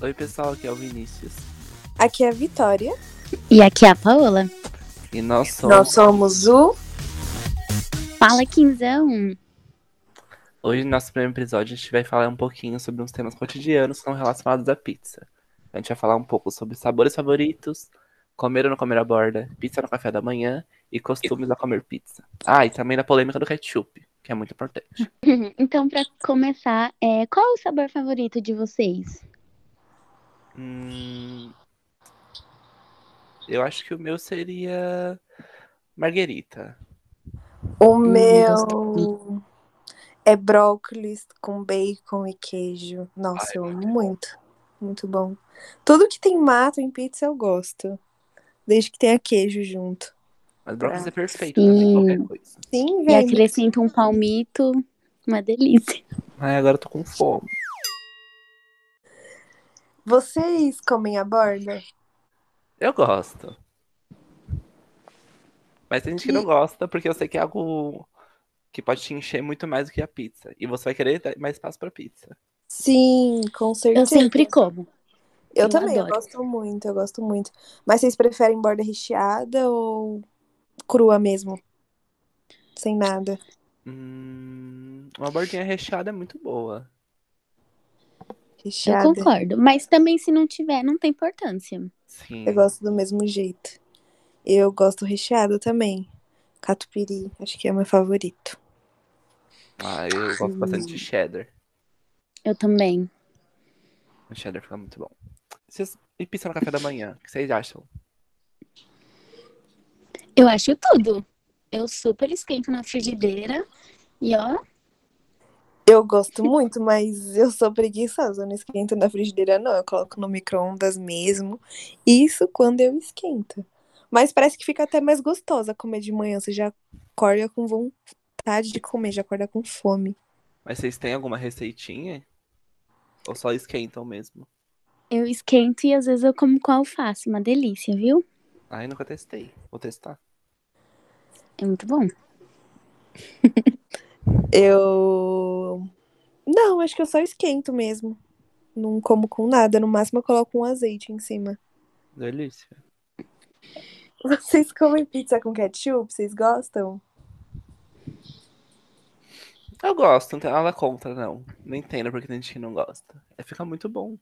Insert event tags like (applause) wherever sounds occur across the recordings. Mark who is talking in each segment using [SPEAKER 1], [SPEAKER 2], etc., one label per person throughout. [SPEAKER 1] Oi, pessoal, aqui é o Vinícius.
[SPEAKER 2] Aqui é a Vitória.
[SPEAKER 3] E aqui é a Paola.
[SPEAKER 1] E nós somos.
[SPEAKER 2] Nós somos o.
[SPEAKER 3] Fala, Quinzão.
[SPEAKER 1] Hoje, no nosso primeiro episódio, a gente vai falar um pouquinho sobre uns temas cotidianos que são relacionados à pizza. A gente vai falar um pouco sobre sabores favoritos, comer ou não comer à borda, pizza no café da manhã e costumes a comer pizza. Ah, e também da polêmica do ketchup, que é muito importante.
[SPEAKER 3] Então, pra começar, é, qual o sabor favorito de vocês?
[SPEAKER 1] Hum, eu acho que o meu seria marguerita.
[SPEAKER 2] O
[SPEAKER 3] meu
[SPEAKER 2] meu. É brócolis com bacon e queijo. Nossa,
[SPEAKER 1] Ai,
[SPEAKER 2] eu amo muito. Muito bom. Tudo que tem mato em pizza eu gosto. Desde que tenha queijo junto.
[SPEAKER 1] Mas brócolis
[SPEAKER 2] Tá.
[SPEAKER 1] é perfeito também,
[SPEAKER 3] Sim.
[SPEAKER 1] qualquer coisa.
[SPEAKER 2] Sim,
[SPEAKER 3] E
[SPEAKER 2] velho.
[SPEAKER 3] acrescenta um palmito. Uma delícia.
[SPEAKER 1] Ai, agora eu tô com fome.
[SPEAKER 2] Vocês comem a borda?
[SPEAKER 1] Eu gosto. Mas tem gente que não gosta, porque eu sei que é algo que pode te encher muito mais do que a pizza. E você vai querer dar mais espaço pra pizza.
[SPEAKER 2] Sim, com certeza.
[SPEAKER 3] Eu sempre como.
[SPEAKER 2] Eu
[SPEAKER 3] eu
[SPEAKER 2] também, eu
[SPEAKER 3] adoro.
[SPEAKER 2] gosto muito, eu gosto muito. Mas vocês preferem borda recheada ou crua mesmo? Sem nada.
[SPEAKER 1] Hum, uma bordinha recheada é muito boa.
[SPEAKER 3] Eu
[SPEAKER 2] Recheada.
[SPEAKER 3] concordo. Mas também, se não tiver, não tem importância.
[SPEAKER 1] Sim.
[SPEAKER 2] Eu gosto do mesmo jeito. Eu gosto recheado também. Catupiry, acho que é o meu favorito.
[SPEAKER 1] Ah, eu gosto bastante de cheddar.
[SPEAKER 3] Eu também.
[SPEAKER 1] O cheddar fica muito bom. Vocês- E pizza no café da manhã, o que vocês acham?
[SPEAKER 3] Eu acho tudo. Eu super esquento na frigideira. E ó,
[SPEAKER 2] Eu gosto muito, mas eu sou preguiçosa. Eu não esquento na frigideira, não. Eu coloco no micro-ondas mesmo. Isso quando eu esquento. Mas parece que fica até mais gostosa comer de manhã. Você já acorda com vontade de comer, já acorda com fome.
[SPEAKER 1] Mas vocês têm alguma receitinha? Ou só esquentam mesmo?
[SPEAKER 3] eu esquento e às vezes eu como com alface. Uma delícia, viu?
[SPEAKER 1] Ai, nunca testei. Vou testar.
[SPEAKER 3] É muito bom.
[SPEAKER 2] Eu. Não, acho que eu só esquento mesmo. Não como com nada. No máximo eu coloco um azeite em cima.
[SPEAKER 1] Delícia.
[SPEAKER 2] Vocês comem pizza com ketchup? Vocês gostam?
[SPEAKER 1] Eu gosto, não tem nada contra, não. Não entendo porque tem gente que não gosta. É, fica muito bom.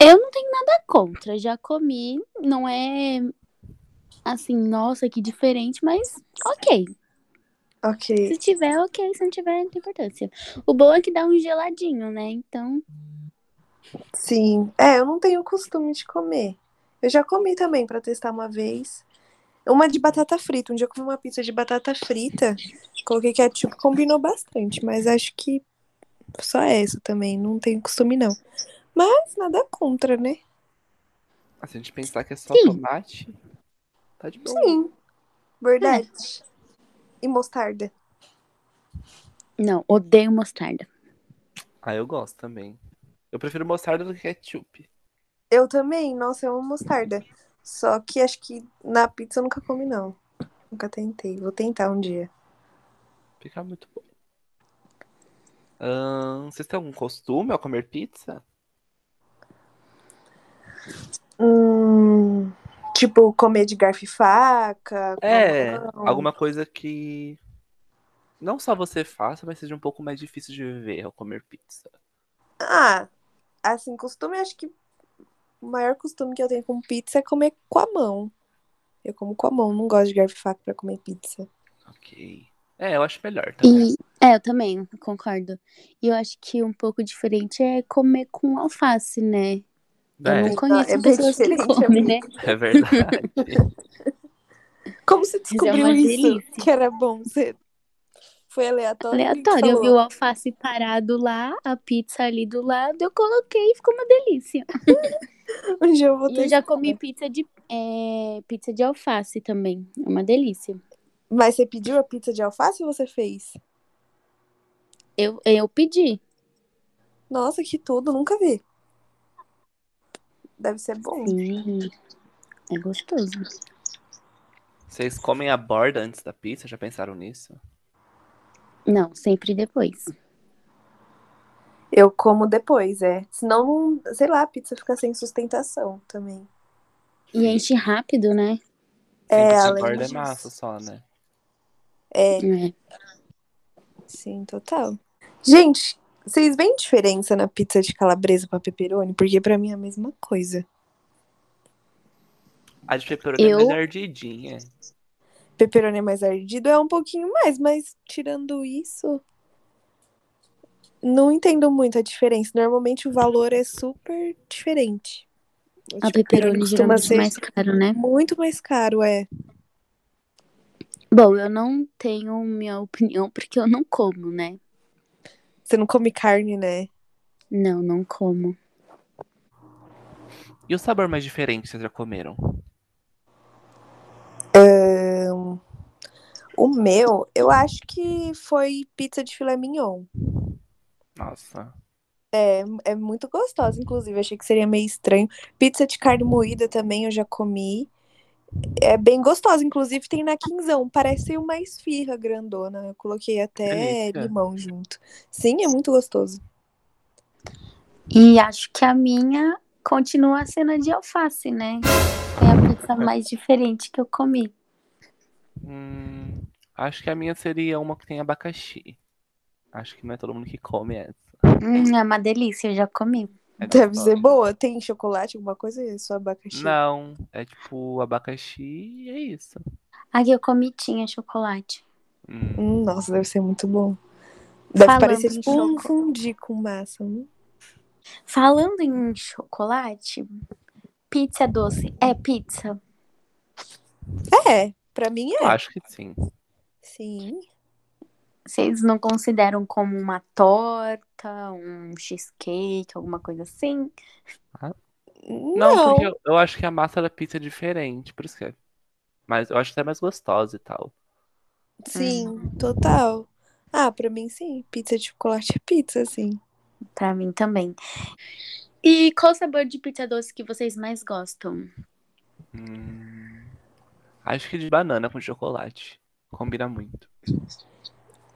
[SPEAKER 3] Eu não tenho nada contra. Já comi. Não é assim, nossa, que diferente, mas ok.
[SPEAKER 2] Ok.
[SPEAKER 3] Se tiver, ok. Se não tiver, não tem importância. O bom é que dá um geladinho, né? Então,
[SPEAKER 2] Sim. É, eu não tenho costume de comer. Eu já comi também pra testar uma vez. Uma de batata frita. Um dia eu comi uma pizza de batata frita. Coloquei ketchup, combinou bastante. Mas acho que só essa também. Não tenho costume, não. Mas nada contra, né?
[SPEAKER 1] Ah, Se a gente pensar que é só
[SPEAKER 3] Sim.
[SPEAKER 1] tomate, tá de boa.
[SPEAKER 2] Sim. Verdade. E mostarda.
[SPEAKER 3] não, odeio mostarda.
[SPEAKER 1] Ah, eu gosto também. Eu prefiro mostarda do que ketchup.
[SPEAKER 2] Eu também. Nossa, eu amo mostarda. Só que acho que na pizza eu nunca comi, não. Nunca tentei. Vou tentar um dia.
[SPEAKER 1] Fica muito bom. Ahn, vocês têm algum costume ao comer pizza?
[SPEAKER 2] Hum, tipo, comer de garfo e faca. com
[SPEAKER 1] É,
[SPEAKER 2] a mão.
[SPEAKER 1] alguma coisa que não só você faça, mas seja um pouco mais difícil de viver ao comer pizza.
[SPEAKER 2] Ah, assim, costume, acho que o maior costume que eu tenho com pizza é comer com a mão. Eu como com a mão, não gosto de garfo e faca pra comer pizza.
[SPEAKER 1] Ok. É, eu acho melhor também.
[SPEAKER 3] E é, eu também concordo. E eu acho que um pouco diferente é comer com alface, né? Eu não
[SPEAKER 1] É,
[SPEAKER 3] conheço
[SPEAKER 2] É bem
[SPEAKER 3] pessoas que
[SPEAKER 2] diferente,
[SPEAKER 3] comem, né?
[SPEAKER 1] (laughs) é verdade.
[SPEAKER 2] Como você
[SPEAKER 3] é
[SPEAKER 2] descobriu
[SPEAKER 3] uma
[SPEAKER 2] isso?
[SPEAKER 3] delícia.
[SPEAKER 2] Que era bom. Você foi aleatório. Quem que
[SPEAKER 3] Aleatório, eu vi
[SPEAKER 2] falou?
[SPEAKER 3] o alface parado lá, a pizza ali do lado, eu coloquei e ficou uma delícia.
[SPEAKER 2] Um dia eu vou
[SPEAKER 3] E eu
[SPEAKER 2] ter.
[SPEAKER 3] já comi pizza de, é, pizza de alface também, é uma delícia.
[SPEAKER 2] Mas você pediu a pizza de alface ou você fez?
[SPEAKER 3] Eu, eu pedi,
[SPEAKER 2] Nossa, que tudo, nunca vi. Deve ser bom.
[SPEAKER 3] sim, é gostoso.
[SPEAKER 1] Vocês comem a borda antes da pizza? Já pensaram nisso?
[SPEAKER 3] Não, sempre depois.
[SPEAKER 2] Eu como depois, é. Senão, sei lá, a pizza fica sem sustentação também.
[SPEAKER 3] E enche rápido, né?
[SPEAKER 2] É,
[SPEAKER 1] Sim,
[SPEAKER 2] além
[SPEAKER 1] borda é
[SPEAKER 2] disso.
[SPEAKER 1] massa só, né?
[SPEAKER 3] É.
[SPEAKER 2] Sim, total. Gente, vocês veem diferença na pizza de calabresa pra pepperoni? Porque pra mim é a mesma coisa.
[SPEAKER 1] A de pepperoni
[SPEAKER 3] Eu-
[SPEAKER 1] é mais ardidinha.
[SPEAKER 2] Pepperoni é mais ardido, é um pouquinho mais, mas tirando isso, não entendo muito a diferença. Normalmente o valor é super diferente. O
[SPEAKER 3] A
[SPEAKER 2] de pepperoni
[SPEAKER 3] pepperoni geralmente é
[SPEAKER 2] ser
[SPEAKER 3] mais caro, né?
[SPEAKER 2] muito mais caro, é.
[SPEAKER 3] Bom, eu não tenho minha opinião porque eu não como, né?
[SPEAKER 2] Você não come carne, né?
[SPEAKER 3] Não, não como.
[SPEAKER 1] E o sabor mais diferente que vocês já comeram?
[SPEAKER 2] O meu, eu acho que foi pizza de filé mignon.
[SPEAKER 1] Nossa.
[SPEAKER 2] É muito gostosa, inclusive. Achei que seria meio estranho. Pizza de carne moída também eu já comi. É bem gostosa, inclusive tem na quinzão. Parece uma esfirra grandona. Eu coloquei até
[SPEAKER 1] Delícia.
[SPEAKER 2] limão junto. Sim, é muito gostoso.
[SPEAKER 3] E acho que a minha continua sendo a de alface, né? É a pizza mais diferente que eu comi.
[SPEAKER 1] Hum, acho que a minha seria uma que tem abacaxi. Acho que não é todo mundo que come essa.
[SPEAKER 3] Hum, é uma delícia, eu já comi.
[SPEAKER 1] É
[SPEAKER 2] Deve
[SPEAKER 1] gostosa.
[SPEAKER 2] ser boa. Tem chocolate, alguma coisa? É só abacaxi.
[SPEAKER 1] Não, é tipo abacaxi e é isso.
[SPEAKER 3] A que eu comi tinha chocolate.
[SPEAKER 1] Hum,
[SPEAKER 2] Hum, nossa, deve ser muito bom. Deve
[SPEAKER 3] Falando
[SPEAKER 2] parecer
[SPEAKER 3] em
[SPEAKER 2] tipo um fundi com massa. hum?
[SPEAKER 3] Falando em chocolate, pizza doce é pizza.
[SPEAKER 2] É, pra mim é.
[SPEAKER 1] acho que sim.
[SPEAKER 2] Sim.
[SPEAKER 3] Vocês não consideram como uma torta, um cheesecake, alguma coisa assim?
[SPEAKER 1] Não,
[SPEAKER 2] não.
[SPEAKER 1] porque eu, eu acho que a massa da pizza é diferente, por isso que é. Mas eu acho até mais gostosa e tal. Hum.
[SPEAKER 2] Sim, total. Ah, pra mim sim, pizza de chocolate é pizza, sim.
[SPEAKER 3] Pra mim também. E qual sabor de pizza doce que vocês mais gostam?
[SPEAKER 1] Hum, acho que de banana com chocolate. Combina muito.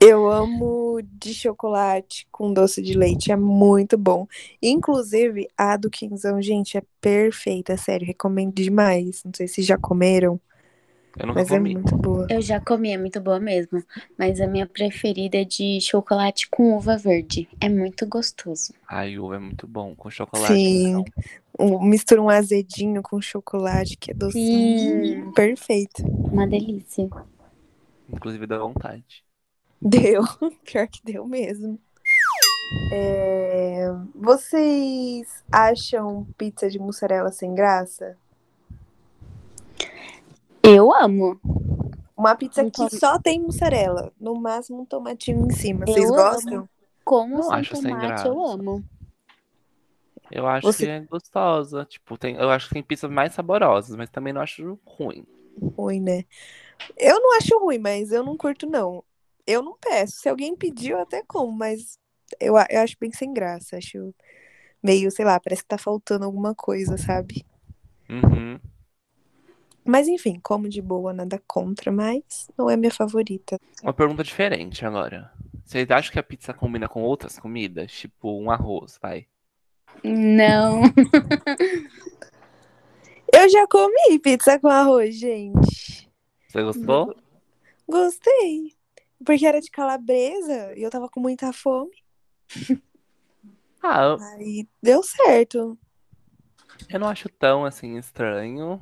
[SPEAKER 2] Eu amo de chocolate com doce de leite, é muito bom. Inclusive, a do quinzão, gente, é perfeita, sério, recomendo demais. Não sei se já comeram,
[SPEAKER 1] Eu nunca
[SPEAKER 2] mas é
[SPEAKER 1] comi.
[SPEAKER 2] muito boa.
[SPEAKER 3] Eu já comi, é muito boa mesmo. Mas a minha preferida é de chocolate com uva verde. É muito gostoso.
[SPEAKER 1] Ai, uva é muito bom com chocolate.
[SPEAKER 2] Sim.
[SPEAKER 1] então.
[SPEAKER 2] Um- mistura um azedinho com chocolate, que é docinho. Perfeito. (laughs)
[SPEAKER 3] Uma delícia.
[SPEAKER 1] Inclusive dá vontade.
[SPEAKER 2] Deu, pior que deu mesmo. É, Vocês acham pizza de mussarela sem graça?
[SPEAKER 3] Eu amo.
[SPEAKER 2] Uma pizza
[SPEAKER 3] Então-
[SPEAKER 2] que só tem mussarela. No máximo um tomatinho em cima.
[SPEAKER 3] Eu
[SPEAKER 2] Vocês
[SPEAKER 3] amo.
[SPEAKER 2] gostam?
[SPEAKER 3] Como
[SPEAKER 1] Não
[SPEAKER 3] sem
[SPEAKER 1] acho sem
[SPEAKER 3] tomate,
[SPEAKER 1] graça.
[SPEAKER 3] eu amo.
[SPEAKER 1] Eu acho
[SPEAKER 2] Você-
[SPEAKER 1] que é gostosa. Tipo, tem, eu acho que tem pizzas mais saborosas, mas também não acho ruim.
[SPEAKER 2] Ruim, né? Eu não acho ruim, mas eu não curto, não. Eu não peço. Se alguém pedir, eu até como, mas eu, a- eu acho bem sem graça. Acho meio, sei lá, parece que tá faltando alguma coisa, sabe?
[SPEAKER 1] Uhum.
[SPEAKER 2] Mas enfim, como de boa, nada contra, mas não é minha favorita.
[SPEAKER 1] Uma pergunta diferente agora. Vocês acham que a pizza combina com outras comidas? Tipo, um arroz, vai.
[SPEAKER 3] (laughs) Não.
[SPEAKER 2] Eu já comi pizza com arroz, gente.
[SPEAKER 1] Você gostou?
[SPEAKER 2] Uhum. Gostei. Porque era de calabresa e eu tava com muita fome.
[SPEAKER 1] Ah, eu,
[SPEAKER 2] Aí deu certo.
[SPEAKER 1] eu não acho tão, assim, estranho.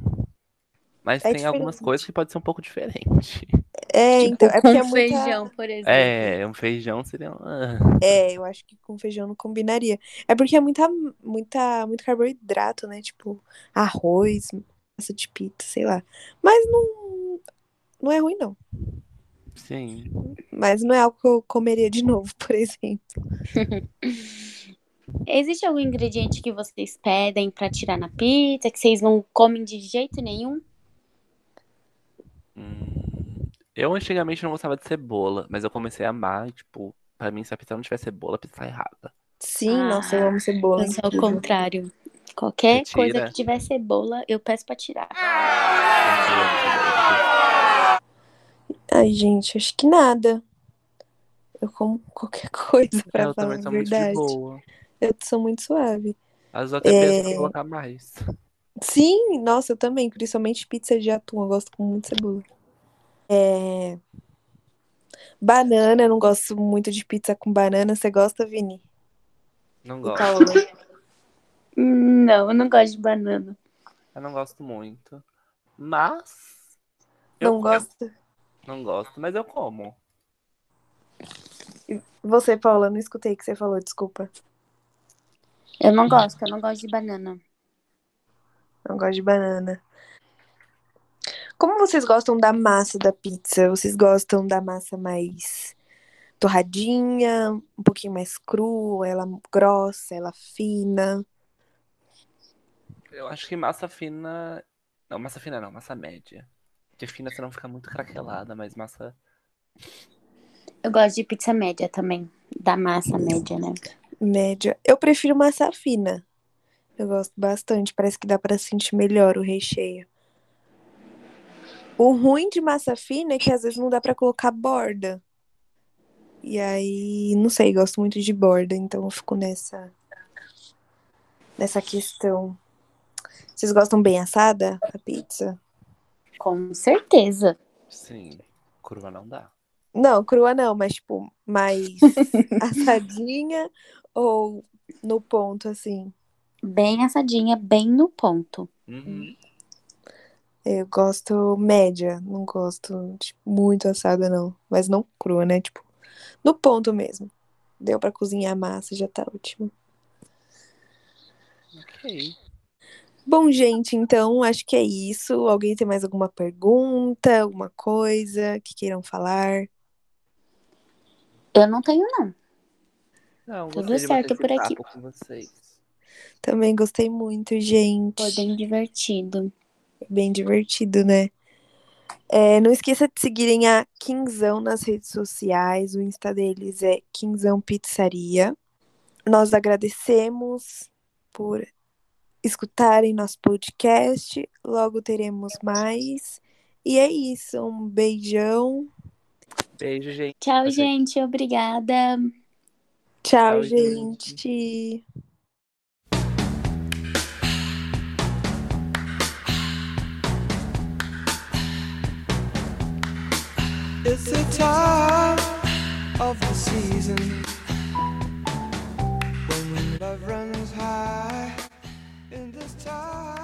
[SPEAKER 1] Mas
[SPEAKER 2] É
[SPEAKER 1] tem algumas
[SPEAKER 2] diferente.
[SPEAKER 1] coisas que pode ser um pouco diferente.
[SPEAKER 2] É,
[SPEAKER 3] Tipo,
[SPEAKER 2] então, é
[SPEAKER 3] com (laughs)
[SPEAKER 2] porque é muita...
[SPEAKER 3] feijão, por exemplo.
[SPEAKER 1] É, um feijão seria... Ah,
[SPEAKER 2] É, eu acho que com feijão não combinaria. É porque é muita, muita, muito carboidrato, né? Tipo, arroz, massa de pita, sei lá. Mas não, não é ruim, não.
[SPEAKER 1] sim.
[SPEAKER 2] Mas não é algo que eu comeria de (laughs) novo, por exemplo.
[SPEAKER 3] Existe algum ingrediente que vocês pedem pra tirar na pizza, que vocês não comem de jeito nenhum?
[SPEAKER 1] Hum, Eu antigamente não gostava de cebola, mas eu comecei a amar. e, Tipo, pra mim, se a pizza não tiver cebola, a pizza tá errada.
[SPEAKER 2] Sim,
[SPEAKER 3] Ah,
[SPEAKER 2] nossa, eu amo cebola.
[SPEAKER 3] Eu sou ao
[SPEAKER 2] incrível.
[SPEAKER 3] é contrário. Qualquer
[SPEAKER 1] Você tira?
[SPEAKER 3] coisa que tiver cebola, eu peço pra tirar.
[SPEAKER 2] Ai, gente, acho que nada. Eu como qualquer (laughs) coisa, pra
[SPEAKER 1] É, eu também
[SPEAKER 2] falar a
[SPEAKER 1] sou muito de
[SPEAKER 2] verdade.
[SPEAKER 1] boa.
[SPEAKER 2] eu sou muito suave.
[SPEAKER 1] As outras é...
[SPEAKER 2] É.
[SPEAKER 1] pensam em colocar mais.
[SPEAKER 2] Sim, nossa, eu também, principalmente pizza de atum, eu gosto com muito cebola. É... Banana, eu não gosto muito de pizza com banana. Você gosta, Vini? né?
[SPEAKER 1] Não
[SPEAKER 2] E
[SPEAKER 1] gosto.
[SPEAKER 2] Paola?
[SPEAKER 3] Hum, Não, eu não gosto de banana.
[SPEAKER 1] Eu não gosto muito. Mas. (laughs) eu
[SPEAKER 2] Não
[SPEAKER 1] como.
[SPEAKER 2] gosta?
[SPEAKER 1] Não gosto, mas eu como.
[SPEAKER 2] Você, Paula, eu não escutei o que você falou, desculpa.
[SPEAKER 3] Eu não gosto, eu não gosto de banana.
[SPEAKER 2] Não gosto de banana. Como vocês gostam da massa da pizza? Vocês gostam da massa mais torradinha, um pouquinho mais crua, ela grossa, ela fina?
[SPEAKER 1] Eu acho que massa fina. Não, massa fina não, massa média. Porque fina você não fica muito craquelada, mas massa.
[SPEAKER 3] Eu gosto de pizza média também. Da massa média, né?
[SPEAKER 2] Média. Eu prefiro massa fina. Eu gosto bastante. Parece que dá pra sentir melhor o recheio. O ruim de massa fina é que às vezes não dá pra colocar borda. E aí, não sei, gosto muito de borda, então eu fico nessa nessa questão. Vocês gostam bem assada a pizza?
[SPEAKER 3] Com certeza.
[SPEAKER 1] Sim, curva não dá.
[SPEAKER 2] Não, crua não, mas tipo, mais assadinha ou no ponto assim.
[SPEAKER 3] Bem assadinha, bem no ponto.
[SPEAKER 1] Uhum.
[SPEAKER 2] Eu gosto média, não gosto tipo, muito assada, não. Mas não crua, né? Tipo, no ponto mesmo. Deu pra cozinhar a massa, já tá ótimo.
[SPEAKER 1] Ok.
[SPEAKER 2] Bom, gente, então acho que é isso. Alguém tem mais alguma pergunta, alguma coisa que queiram falar?
[SPEAKER 3] Eu não tenho, não.
[SPEAKER 1] Não,
[SPEAKER 3] Tudo
[SPEAKER 1] gostei de bater
[SPEAKER 3] certo
[SPEAKER 1] esse
[SPEAKER 3] por aqui.
[SPEAKER 1] papo com vocês.
[SPEAKER 2] Também gostei muito, gente.
[SPEAKER 3] Foi bem divertido.
[SPEAKER 2] Bem divertido, né? É, não esqueça de seguirem a Quinzão nas redes sociais. O Insta deles é Quinzão Pizzaria. Nós agradecemos por escutarem nosso podcast. Logo teremos mais. E é isso. Um beijão.
[SPEAKER 1] Beijo, gente.
[SPEAKER 3] Tchau,
[SPEAKER 1] Perfeito.
[SPEAKER 3] gente. Obrigada.
[SPEAKER 2] Tchau,
[SPEAKER 1] Tchau,
[SPEAKER 2] gente.
[SPEAKER 1] gente.
[SPEAKER 4] It's the time of the season when love runs high in this time.